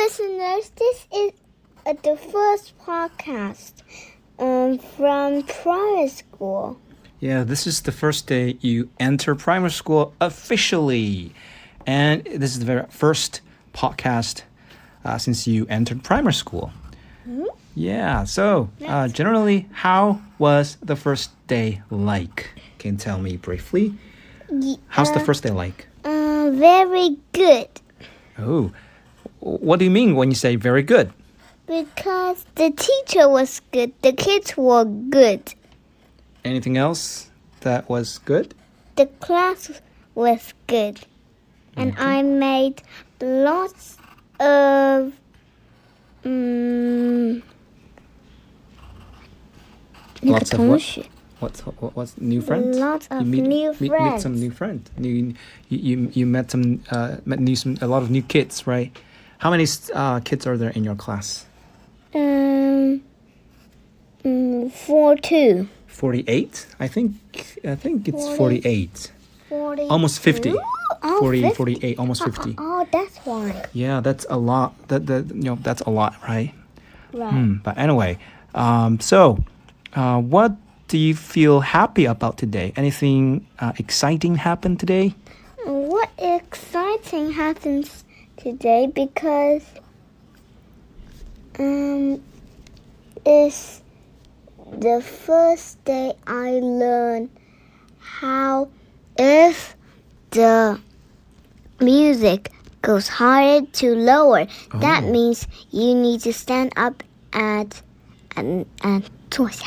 listeners, this is uh, the first podcast um, from primary school. Yeah, this is the first day you enter primary school officially. And this is the very first podcast uh, since you entered primary school. Yeah, so uh, generally, how was the first day like? Can you tell me briefly? How's the first day like? Uh, very good Oh, what do you mean when you say very good? because the teacher was good, the kids were good, Anything else that was good? the class was good, and Mm-hmm. I made lots of. Um, Lots of what? What's what, what's new friends? Lots of you meet, new meet, Meet some friends. new friends. You you you, you met some uh, met new some a lot of new kids, right? How many uh, kids are there in your class? Um, mm, four two. Forty eight, I think. I think it's forty eight. Forty. Almost 50. Oh, 40, 50. 48, almost fifty. Oh, that's why. Yeah, that's a lot. That that you know that's a lot, right? Right. Hmm, but anyway, um, so uh, what do you feel happy about today? Anything uh, exciting happened today? What exciting happens today because um is the first day I learn how if the music goes higher to lower Oh. that means you need to stand up at and and 坐下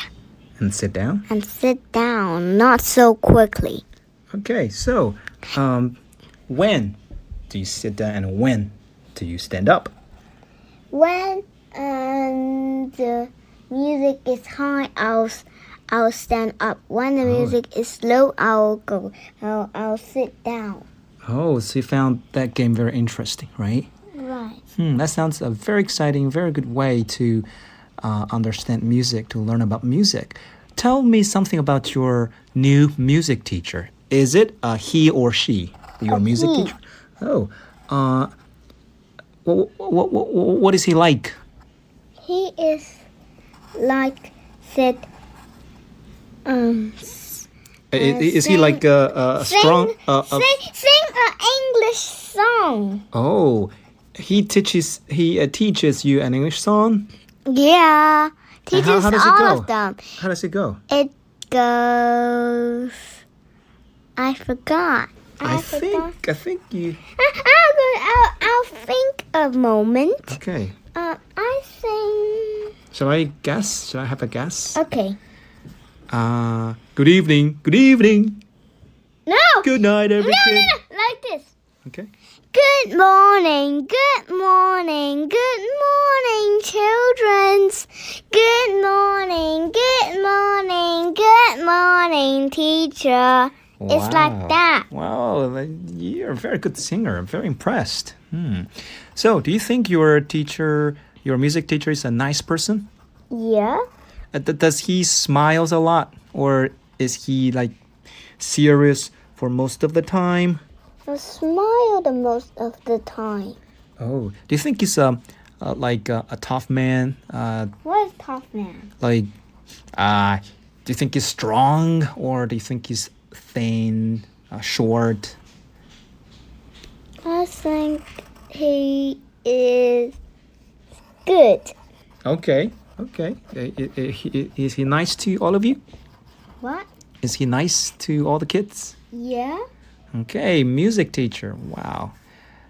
And sit down. and sit down not so quickly Okay, so um, when do you sit down and when do you stand up? When um, the music is high, I'll I'll stand up. When the music is low, I'll go. I'll, I'll sit down. Oh, so you found that game very interesting, right? Right. Hmm, that sounds a very exciting, very good way to uh, understand music, to learn about music. Tell me something about your new music teacher. Is it a he or she? Your music he. teacher? Oh, uh, what, what, what, what is he like? He is like said. Um, I- i- is he sing- like uh, a, a sing, strong? uh, a- a- sing, sing an English song. Oh, he teaches he uh, teaches you an English song. Yeah, And teaches how does it all go? of them. How does it go? It goes. I forgot. I, forgot. think I think you I, I'll, I'll, I'll think a moment. okay. Uh, I think. Shall I guess? Shall I have a guess? Okay. Uh, good evening. Good evening. No! Good night, every no, no, kid. no! Like this. Okay. Good morning, good morning, good morning, childrens. Good morning, good morning, good morning, teacher. It's like that. Wow, then you're a very good singer. I'm very impressed. Hmm. So, do you think your teacher, your music teacher, is a nice person? Yeah? Uh, th- does he smiles a lot, or is he like serious for most of the time? I smile the most of the time. Oh, do you think he's um, uh, like uh, a tough man? Uh, What is tough man? like, uh, do you think he's strong or do you think he's thin, uh, short? I think he is good. Okay, okay. I- I- I- he- Is he nice to all of you? What? Is he nice to all the kids? Yeah? Okay, music teacher. Wow,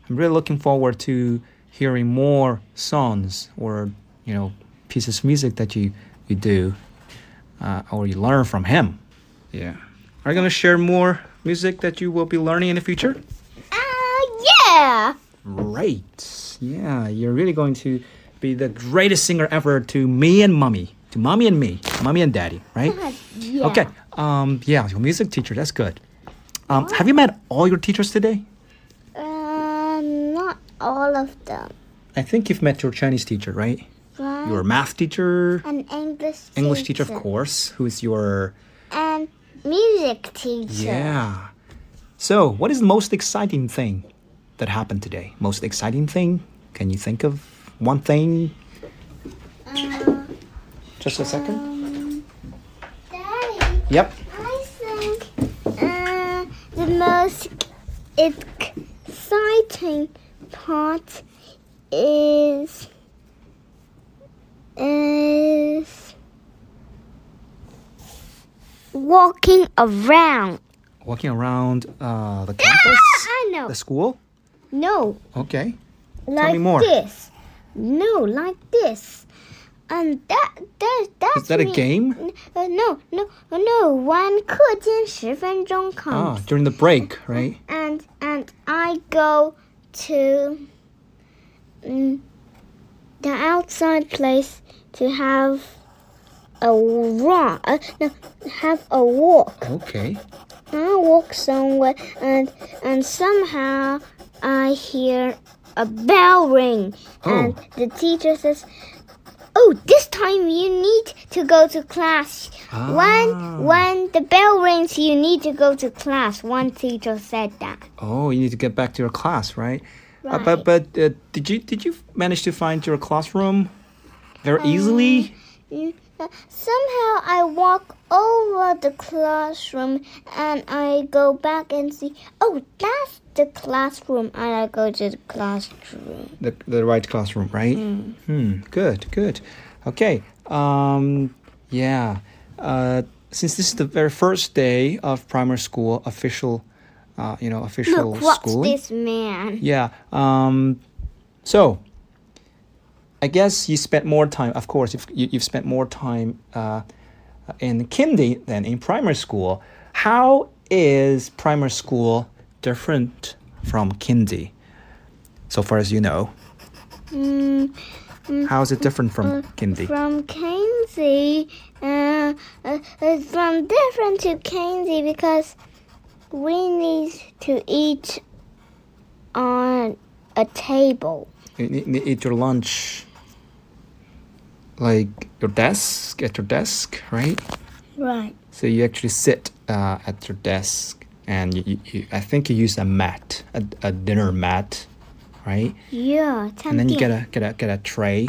I'm really looking forward to hearing more songs or you know pieces of music that you you do uh, or you learn from him. Yeah. Are you gonna share more music that you will be learning in the future? Ah, yeah! Right. Yeah, you're really going to be the greatest singer ever to me and mommy, to mommy and me, mommy and daddy, right? Uh, Yeah. Okay. Um. Yeah, your music teacher. That's good. Um. Have you met all your teachers today? Uh, not all of them. I think you've met your Chinese teacher, right? Right? Your math teacher, An English teacher. English teacher, of course, who is your And music teacher. yeah. So, what is the most exciting thing that happened today? Most exciting thing? Can you think of? one thing? Uh, Just a second. um, Daddy, Yep. I think uh, the most exciting part is is walking around. Walking around uh, the Ah, campus, I know. the school. No, Okay. like me more. this. No, like this. And that that that's Is that a me- game? N- uh, no, no, no. One 课间十分钟 Ah, comes. during the break, right? and and I go to mm, the outside place to have a run. Uh, no, have a walk. Okay. I walk somewhere and and somehow I hear a bell ring and Oh. the teacher says Oh, this time you need to go to class. Ah. When when the bell rings, you need to go to class. One teacher said that. Oh, you need to get back to your class, right? Uh, Right. but but uh, did you did you manage to find your classroom very easily? Mm, uh, Somehow I walk over the classroom and I go back and see. Oh, that's the classroom, and I go to the classroom. The the right classroom, right? Hmm. Good. Good. Okay. Um. Yeah. Uh. Since this is the very first day of primary school official, uh, you know, official Look, what's schooling. this man? Yeah. Um, so, I guess you spent more time, of course, if you, you've spent more time uh, in kindy than in primary school. How is primary school different from kindy? So far as you know, Mm, uh, how is it different from kindy? from Kinsey, uh, uh, uh, from different to Kinsey because we need to eat on a table. You need need to eat your lunch, like your desk, at your desk, right? Right. So you actually sit uh, at your desk, and you, you, you, I think you use a mat, a, a dinner mat, right? Yeah. And then you get a get a get a tray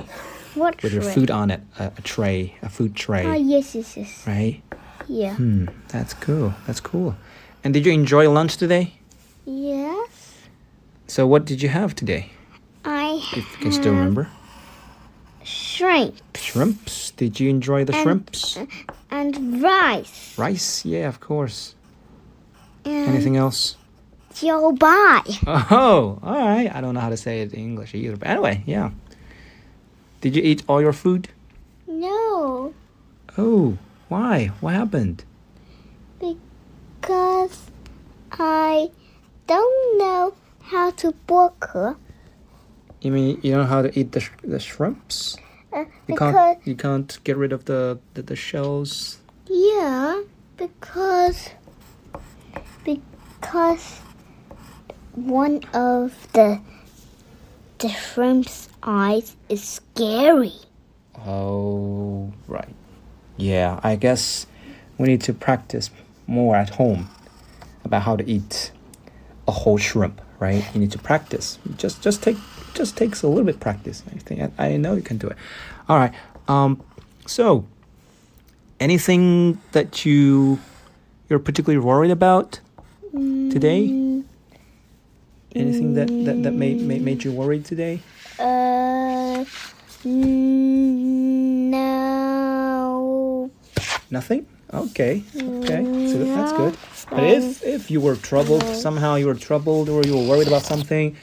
what with your tray? food on it, a, a tray, a food tray, Ah, yes, yes, yes. right? Yeah. Hmm, that's cool. That's cool. And did you enjoy lunch today? Yes. So what did you have today? I If you can still have remember, shrimp shrimps. Did you enjoy the And- shrimps? and rice Rice, yeah, of course. and Anything else? jiaobai. Oh, all right. I don't know how to say it in English either. But anyway, yeah. Did you eat all your food? No, Oh, why? What happened? because I don't know how to book her. You mean you don't know how to eat the, sh- the shrimps? Uh, You because can't you can't get rid of the the, the shells. yeah, because because one of the the shrimp's eyes is scary. Oh, right. Yeah, I guess we need to practice more at home about how to eat a whole shrimp, right? You need to practice. Just just take just takes a little bit practice. I think I, I know you can do it. All right. Um so anything that you you're particularly worried about today? Anything that that, that made, made made you worried today? Uh, no. Nothing. Okay. Okay. Mm, So that- that's good. But if if you were troubled Mm-hmm. somehow, you were troubled or you were worried about something,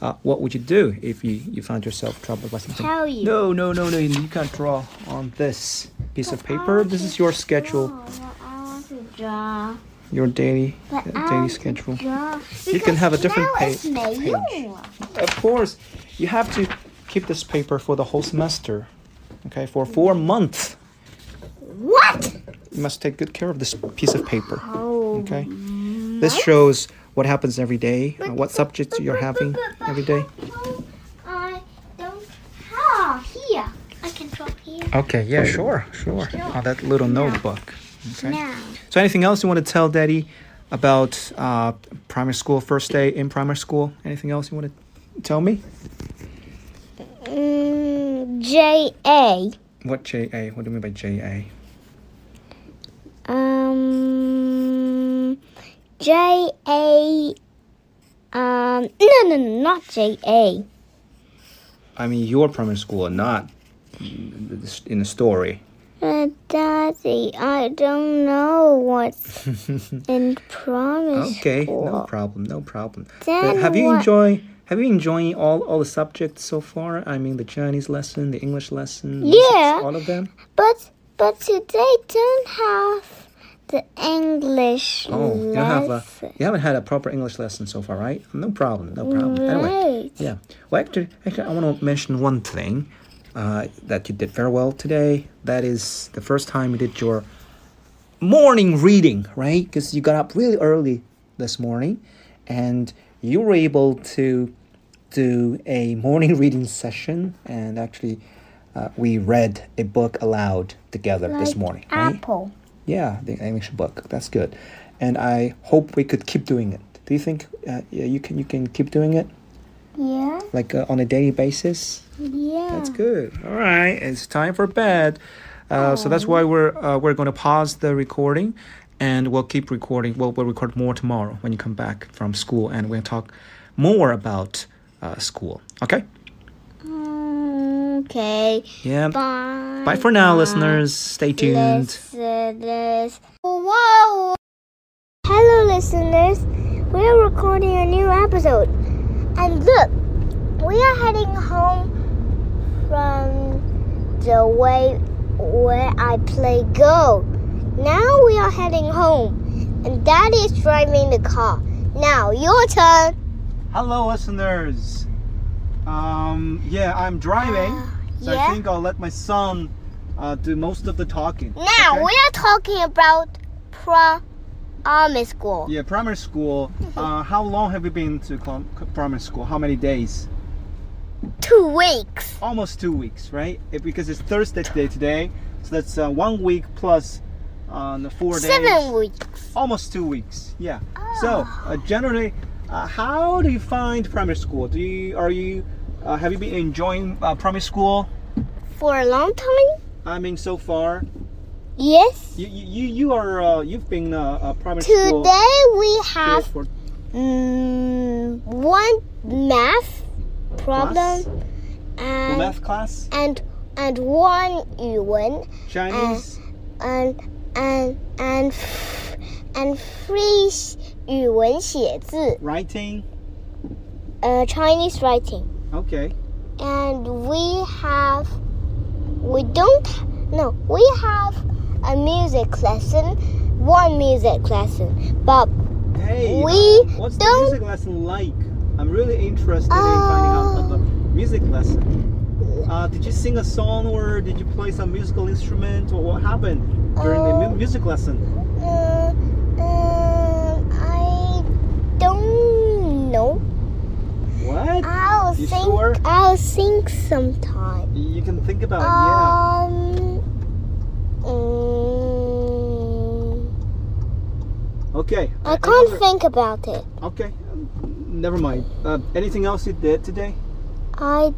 uh, what would you do if you you found yourself troubled by something? Tell you. No, no, no, no. You can't draw on this piece of paper. This is your schedule, No, I want to draw. your daily uh, But I daily want schedule. to draw. Because You can have a different now it's pa- manual. Of course, you have to keep this paper for the whole semester. Okay, for four months. What? You must take good care of this piece of paper. Oh. Okay. This shows what happens every day, uh, what subjects you're having every day. I don't have here. I can draw here Okay, yeah, sure, sure. Oh, that little notebook. Okay. now. So, anything else you want to tell Daddy about uh, primary school, first day in primary school? Anything else you want to tell me? Mm, J A. What JA? What do you mean by JA? Um, J A. Um, no, no, no, not J A. I mean your primary school, not in the story. Uh, Daddy, I don't know what's in promise. Okay, no school. problem, no problem. Then but have you what- enjoy? Have you enjoying all all the subjects so far? I mean, the Chinese lesson, the English lesson, the physics, Yeah. all of them. But but today don't have the English Oh, you don't have a, lesson. you haven't had a proper English lesson so far, right? No problem, no problem. Anyway, Right. yeah. Well, actually, actually, I want to mention one thing uh, that you did very well today. That is the first time you did your morning reading, right? Because you got up really early this morning, and you were able to do a morning reading session. And actually, uh, we read a book aloud together this Like morning, right? Apple. Yeah, the English book. That's good, and I hope we could keep doing it. Do you think uh, yeah, you can you can keep doing it Yeah. like uh, on a daily basis? Yeah. That's good. All right, it's time for bed. Uh, so that's why we're uh, we're going to pause the recording, and we'll keep recording. Well, we'll record more tomorrow when you come back from school, and we'll talk more about uh, school. Okay? Okay. Yeah. Bye. Bye for now, listeners. Stay tuned. Listeners. Whoa. Hello, listeners. We're recording a new episode. And look, we are heading home from the way where I play Go. Now we are heading home. And Daddy is driving the car. Now, your turn. Hello, listeners. Um, yeah, I'm driving, so I Ah, yeah? think I'll let my son uh, do most of the talking. Now, okay? we are talking about primary school. Yeah, primary school. Mm-hmm. Uh, how long have you been to clom- c- primary school? How many days? Two weeks. Almost two weeks, right? It, because it's Thursday today, today, so that's uh, one week plus uh, the four days. Seven weeks. Ah. Almost two weeks. Yeah. So uh, generally, uh, how do you find primary school? Do you are you uh, have you been enjoying uh, primary school? For a long time? I mean, so far. Yes. You, you, you- you are uh, you've been uh, a primary school Today we kid have for mm, one math problem class, and math class, and and one Yuan Mm. Chinese, and and and f- and three 语文写字, writing. uh, Chinese writing. Okay. And we have we don't no we have a music lesson, one music lesson, but Hey, We uh, what's don't- the music lesson like? I'm really interested in finding out about the music lesson. Uh, did you sing a song or did you play some musical instrument or what happened during the mu- Uh, music lesson? Uh, um, I don't know. What? I'll You think. sure? I'll think sometime. you can think about it, yeah. Um. mm, Okay. I a- can't another- think about it. Okay. um, Never mind. Uh, anything else you did today? I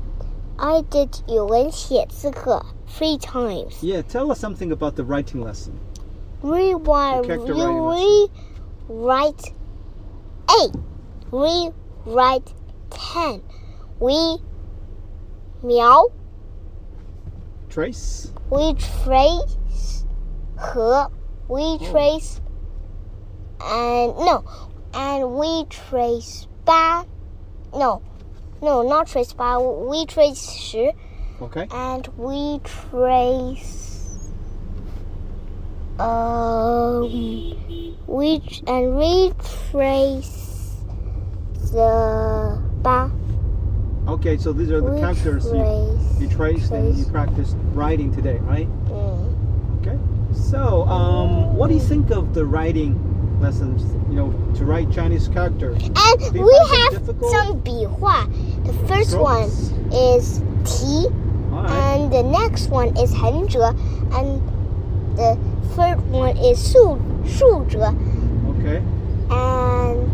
I did 语文写这个 three times. Yeah, tell us something about the writing lesson. Rewrite, You checked the re- rewrite eight, rewrite ten. We 描 Trace? We trace 和 we trace and no and we trace 八 no no not trace 八 we trace 十 Okay. and we trace um we tr- and we trace the 八 Okay, so these are the we characters you, trace you traced and you trace. practiced writing today, right? mm. So, um, what do you think of the writing lessons? You know, to write Chinese characters. And Do you we find it have difficult? some 笔画. The first one Strokes? is T, All right. and the next one is 横折, and the third one is 竖-竖折. Okay. And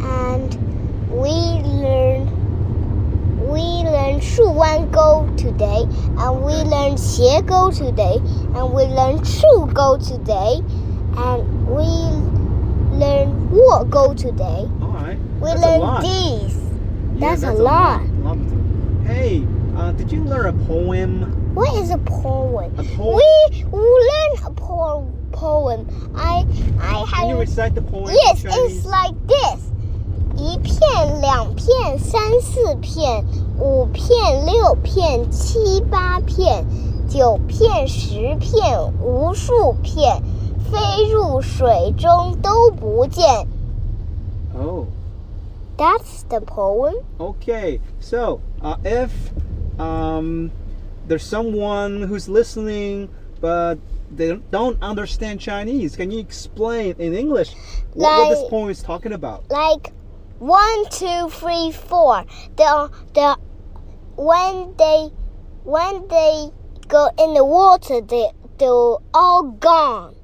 and we learn we We learned Shu Wan Go today, and we learned Xie Go today, and we learned Shu Go today, and we learned Wo Go today. All right. We that's a learned lot. these. Yeah, that's a lot. Lot. Hey, uh, did you learn a poem? What is a poem? A poem. We learned a po- poem. I I Can you have recite the poem? in Yes, Chinese? it's like this. 一片、两片、三四片、五片、六片、七八片、九片、十片、无数片，飞入水中都不见。 Oh. That's the poem. Okay, so uh, if um, there's someone who's listening but they don't understand Chinese, can you explain in English what, what this Like- poem is talking about? Like one, two, three, four. The the when they when they go in the water, they they're all gone.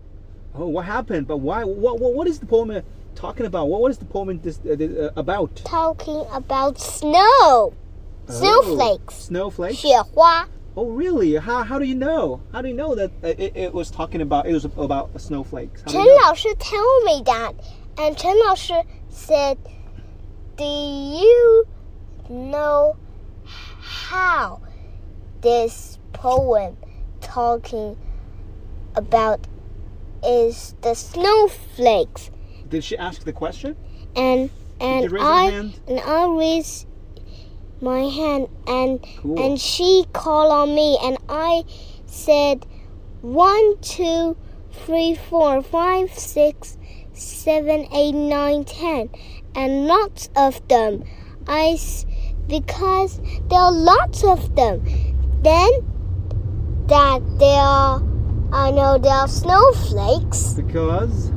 Oh, what happened? But why? What, what, what is the poem uh, talking about? What, what is the poem in this, uh, uh, about? talking about snow. Snowflakes. Snowflakes? 雪花. Oh, really? How, how do you know? How do you know that uh, it, it was talking about it was about snowflakes? How do you Chen know? told me that. And Chen said, Do you know how this poem talking about is the snowflakes? Did she ask the question? And Did you and raise your I hand? and I raised my hand and Cool. And she called on me, and I said, one, two, three, four, five, six, seven, eight, nine, ten, and lots of them. I, s- because there are lots of them. Then that there are, I know there are snowflakes because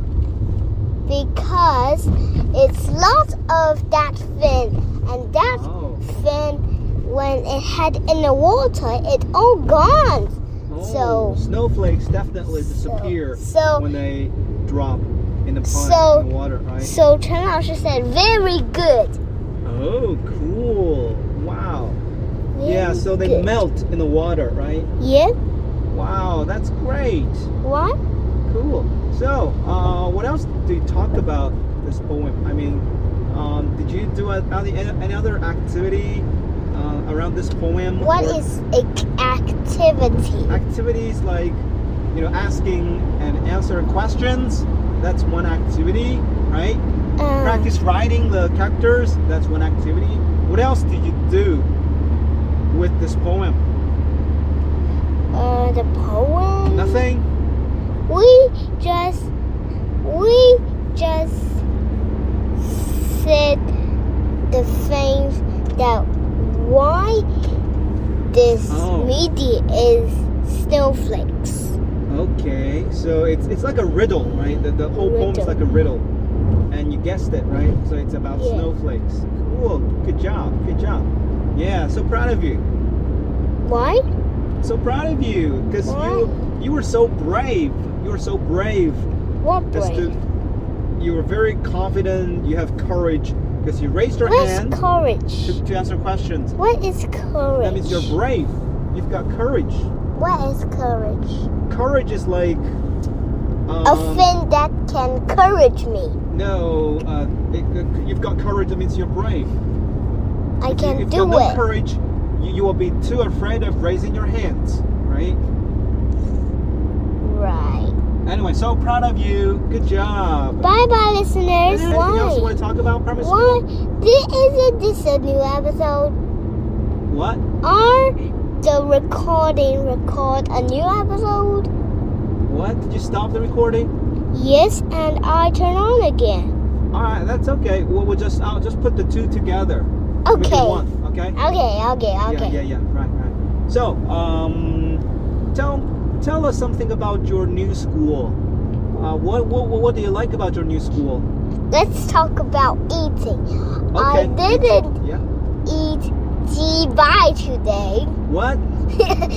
because it's lots of that fin, and that oh, fin when it had in the water it all gone oh, So- snowflakes definitely So- disappear so when they drop in the pond So- in the water, right? so Chen Laoshi said very good Oh, cool! Wow. very Yeah, so they good. melt in the water, right? yeah Wow, that's great. what Cool. So, uh, what else do you talk about this poem? I mean, um, did you do a- any, any other activity uh, around this poem? what or is a c- activity activities like you know asking and answering questions? That's one activity, right? um, Practice writing the characters. That's one activity. What else did you do with this poem? uh, the poem Nothing. we just we just said the things that why this Oh. media is snowflakes Okay, so it's it's like a riddle, right? The, the whole poem's Riddle. like a riddle, and you guessed it, right? So it's about Yeah. snowflakes. Cool. Good job. Good job. Yeah. So proud of you. why So proud of you because you you were so brave. You were so brave what as brave to you were very confident. You have courage because you raised your what hand is courage to, to answer questions. What is courage? That means you're brave. You've got courage. What is courage? Courage is like A um, thing that can encourage me. No, uh, it, it- you've got courage. That means you're brave. I If can you've do got no it. courage, you, you will be too afraid of raising your hands, right? right. Anyway, so proud of you. Good job. Bye bye, listeners. Anything else you Why? want to talk about? Promise. Why? This isn't this a new episode? What? Are the recording record a new episode? What? Did you stop the recording? Yes, and I turn on again. All right, that's okay. We'll, we'll just I'll just put the two together. Make it Okay. one. Okay. Okay. Okay. Okay. Yeah, yeah, yeah. Right, right. So, um, tell tell us something about your new school. Uh, what, what what do you like about your new school? Let's talk about eating. I Okay. didn't Yeah. eat jibai today. What?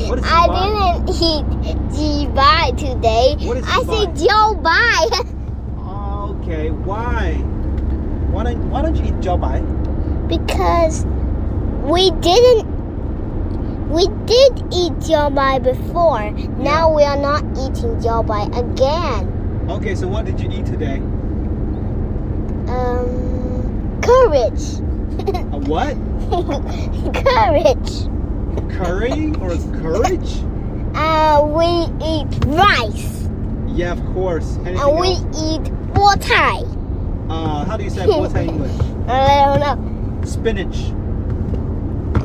What is I jibai? didn't eat jibai today. What is I said jibai? Joe Bai Okay, why? Why don't Why don't you eat jiao bai? because We didn't. We did eat jiaobai before. Now we are not eating jiaobai again. Okay, so what did you eat today? Um, courage. A what? courage. Curry or courage? Uh, we eat rice. Yeah, of course. Anything And we else? eat water. Uh, how do you say what's in English? I don't know. Spinach.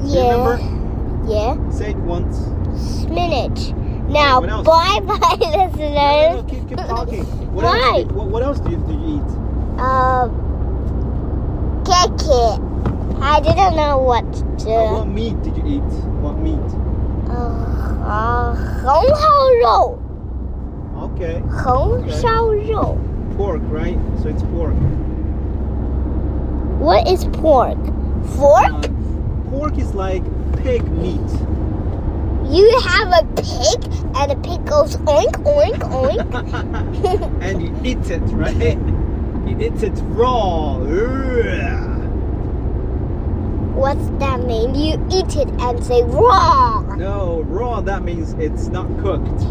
Yeah. Remember? Yeah. Say it once. Spinach. Now, What else? bye bye, No, no, listeners. no, keep, keep talking. What Why? Else do you, what, what else do you, do you eat? Um, kick it. I didn't know what to do. Uh, what meat did you eat? What meat? Uh, uh, Okay, 红烧肉,红烧肉. pork, right? So it's pork. What is pork? Fork? Uh, pork is like pig meat. You have a pig, and the pig goes oink, oink, oink. and you eat it, right? You eat it raw. Ugh. What's that mean? You eat it and say raw. No, raw, that means it's not cooked.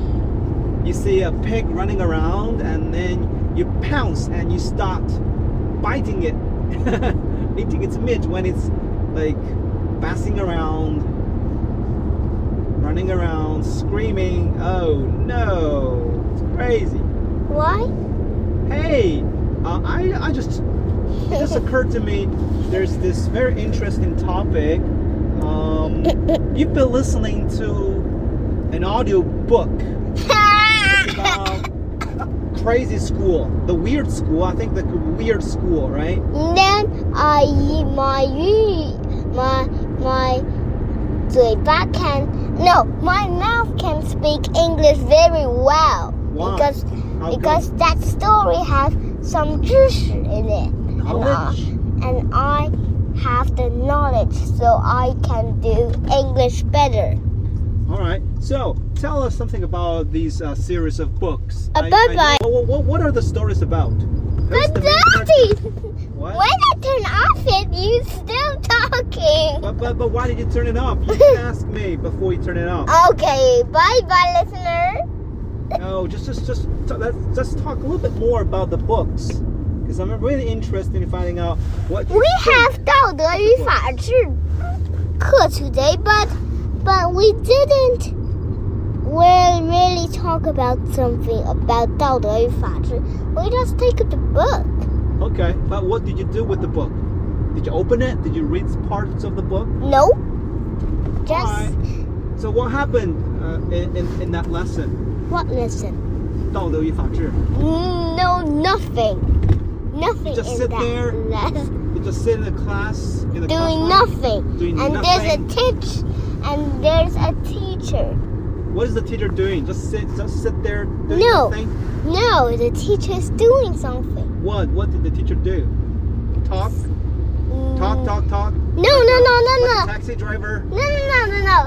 You see a pig running around and then you pounce and you start biting it, eating its meat when it's like bouncing around, running around, screaming. Oh no, it's crazy. Why? Hey, uh, I, I just it just occurred to me there's this very interesting topic. Um, you've been listening to an audio book about crazy school, the weird school. I think the weird school, right? then I my my my 嘴巴 can no my mouth can speak English very well Why? because How because that story has some juice in it good? how much? and I have the knowledge so I can do English better. All right. So tell us something about these uh, series of books. Uh, I- I bye-bye. know- what, what, what are the stories about? That's But the main part- Daddy, What? when I turn off it, you still talking. But, but, but why did you turn it off? You asked me before you turn it off. Okay, bye bye, listener. No, just just just t- let's let's talk a little bit more about the books because I'm really interested in finding out what. you We think. have 道德与法治课 today, but but we didn't we really talk about something about 道德与法治. We just take the book. Okay, but what did you do with the book? Did you open it? Did you read parts of the book? No. Just Alright. So what happened uh, in, in in that lesson? what lesson? 道德与法治. No, nothing. Nothing Just in sit that there lesson. You just sit in the class in the Doing classroom, nothing. Doing And nothing. there's a teach and there's a teacher. What is the teacher doing? Just sit just sit there doing No. nothing. No, the teacher's doing something. What what did the teacher do? Talk talk talk talk. Mm. No, no, no, no, Like no. a taxi driver. No, no, no, no, no.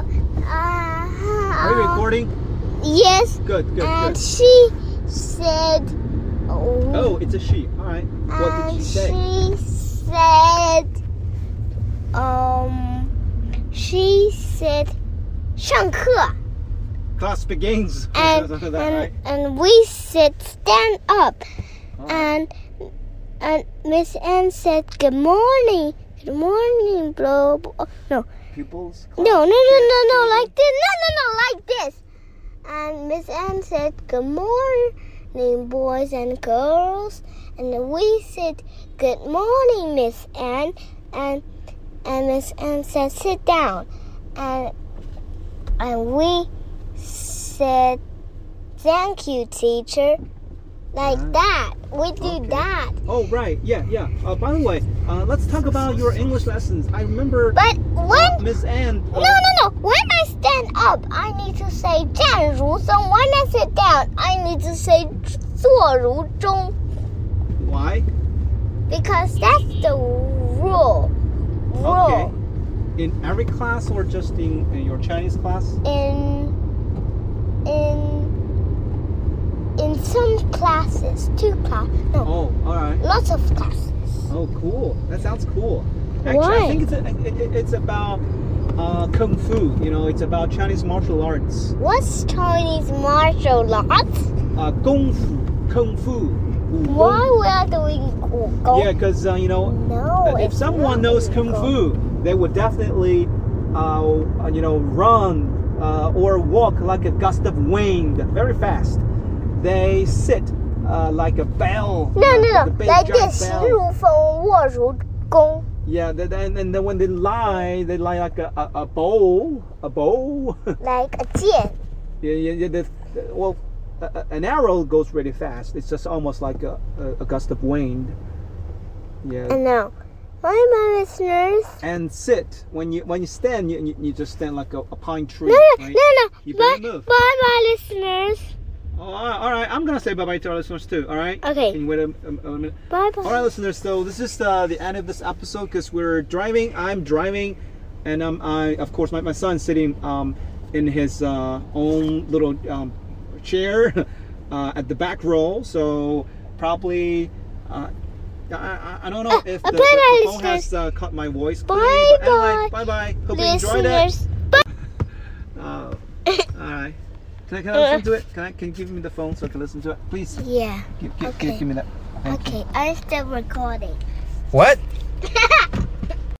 Uh, Are you recording? Yes, Good good good. and she said. Oh, Oh, it's a she. All right. What did and she say? she said. Um, she said. 上课 Class begins. and Something like and, that, right? Uh-huh. and we said stand up All right. and and Miss Ann said good morning good morning bro no pupils. class No, no, no, no, begins. no, like this. No, no, no, like this. And Miss Ann said, Good morning, boys and girls. And we said, Good morning, Miss Ann. And and Miss Ann said, Sit down. And and we said, Thank you, teacher. Like Ah. that. We do Okay. that. Oh right, yeah, yeah. Uh, by the way, uh, let's talk about your English lessons. I remember But when Miss uh, Anne. No, no, no. When I stand up, I need to say 站如松. When I sit down, I need to say 坐如钟. Why? Because that's the rule. Rule. Okay. In every class or just in, in your Chinese class? In in in some classes, two class, no, Oh, all right. lots of classes. Oh, cool. That sounds cool. Actually, I Why? think it's, a, it, it- it's about uh, kung fu. You know, it's about Chinese martial arts. What's Chinese martial arts? Uh, kung fu, kung fu. Wu Gong. Why we are doing Google? Yeah, because uh, you know, no. Oh, if it's not someone knows kung illegal. fu, they would definitely, uh, you know, run uh, or walk like a gust of wind, very fast. They sit uh, like a bell. No, like no, a no. big Like giant this. bell. 入风卧如弓. Yeah, th- th- and, and then when they lie, they lie like a, a, a bowl, a bowl. Like a 箭. yeah, yeah, yeah, the, the- well, a, a- an arrow goes really fast. It's just almost like a, a, a gust of wind. Yeah, And now, hi, my listeners. and sit when you when you stand, you, you, you just stand like a, a pine tree. No, no, right? no, no. You Bye, better bye, move. bye, listeners. Oh, all right, all right, I'm gonna say bye bye to our listeners too. All right. Okay. Can you wait a, a, a minute? Bye, bye. All right, listeners. So this is uh, the end of this episode because we're driving. I'm driving, and um, I of course my, my son's sitting um, in his uh, own little um, chair uh, at the back row. So probably uh, I- I, I don't know Uh, if uh, bye the, the- the bye, phone has uh, caught my voice. clearly, Bye but anyway, bye, Bye bye. Hope you enjoyed it. listeners. Uh, all right. Can I, can I listen to it? Can I can you give me the phone so I can listen to it? Please Yeah. give, give, Okay. give me that. Thank you. Okay, I'm still recording. What?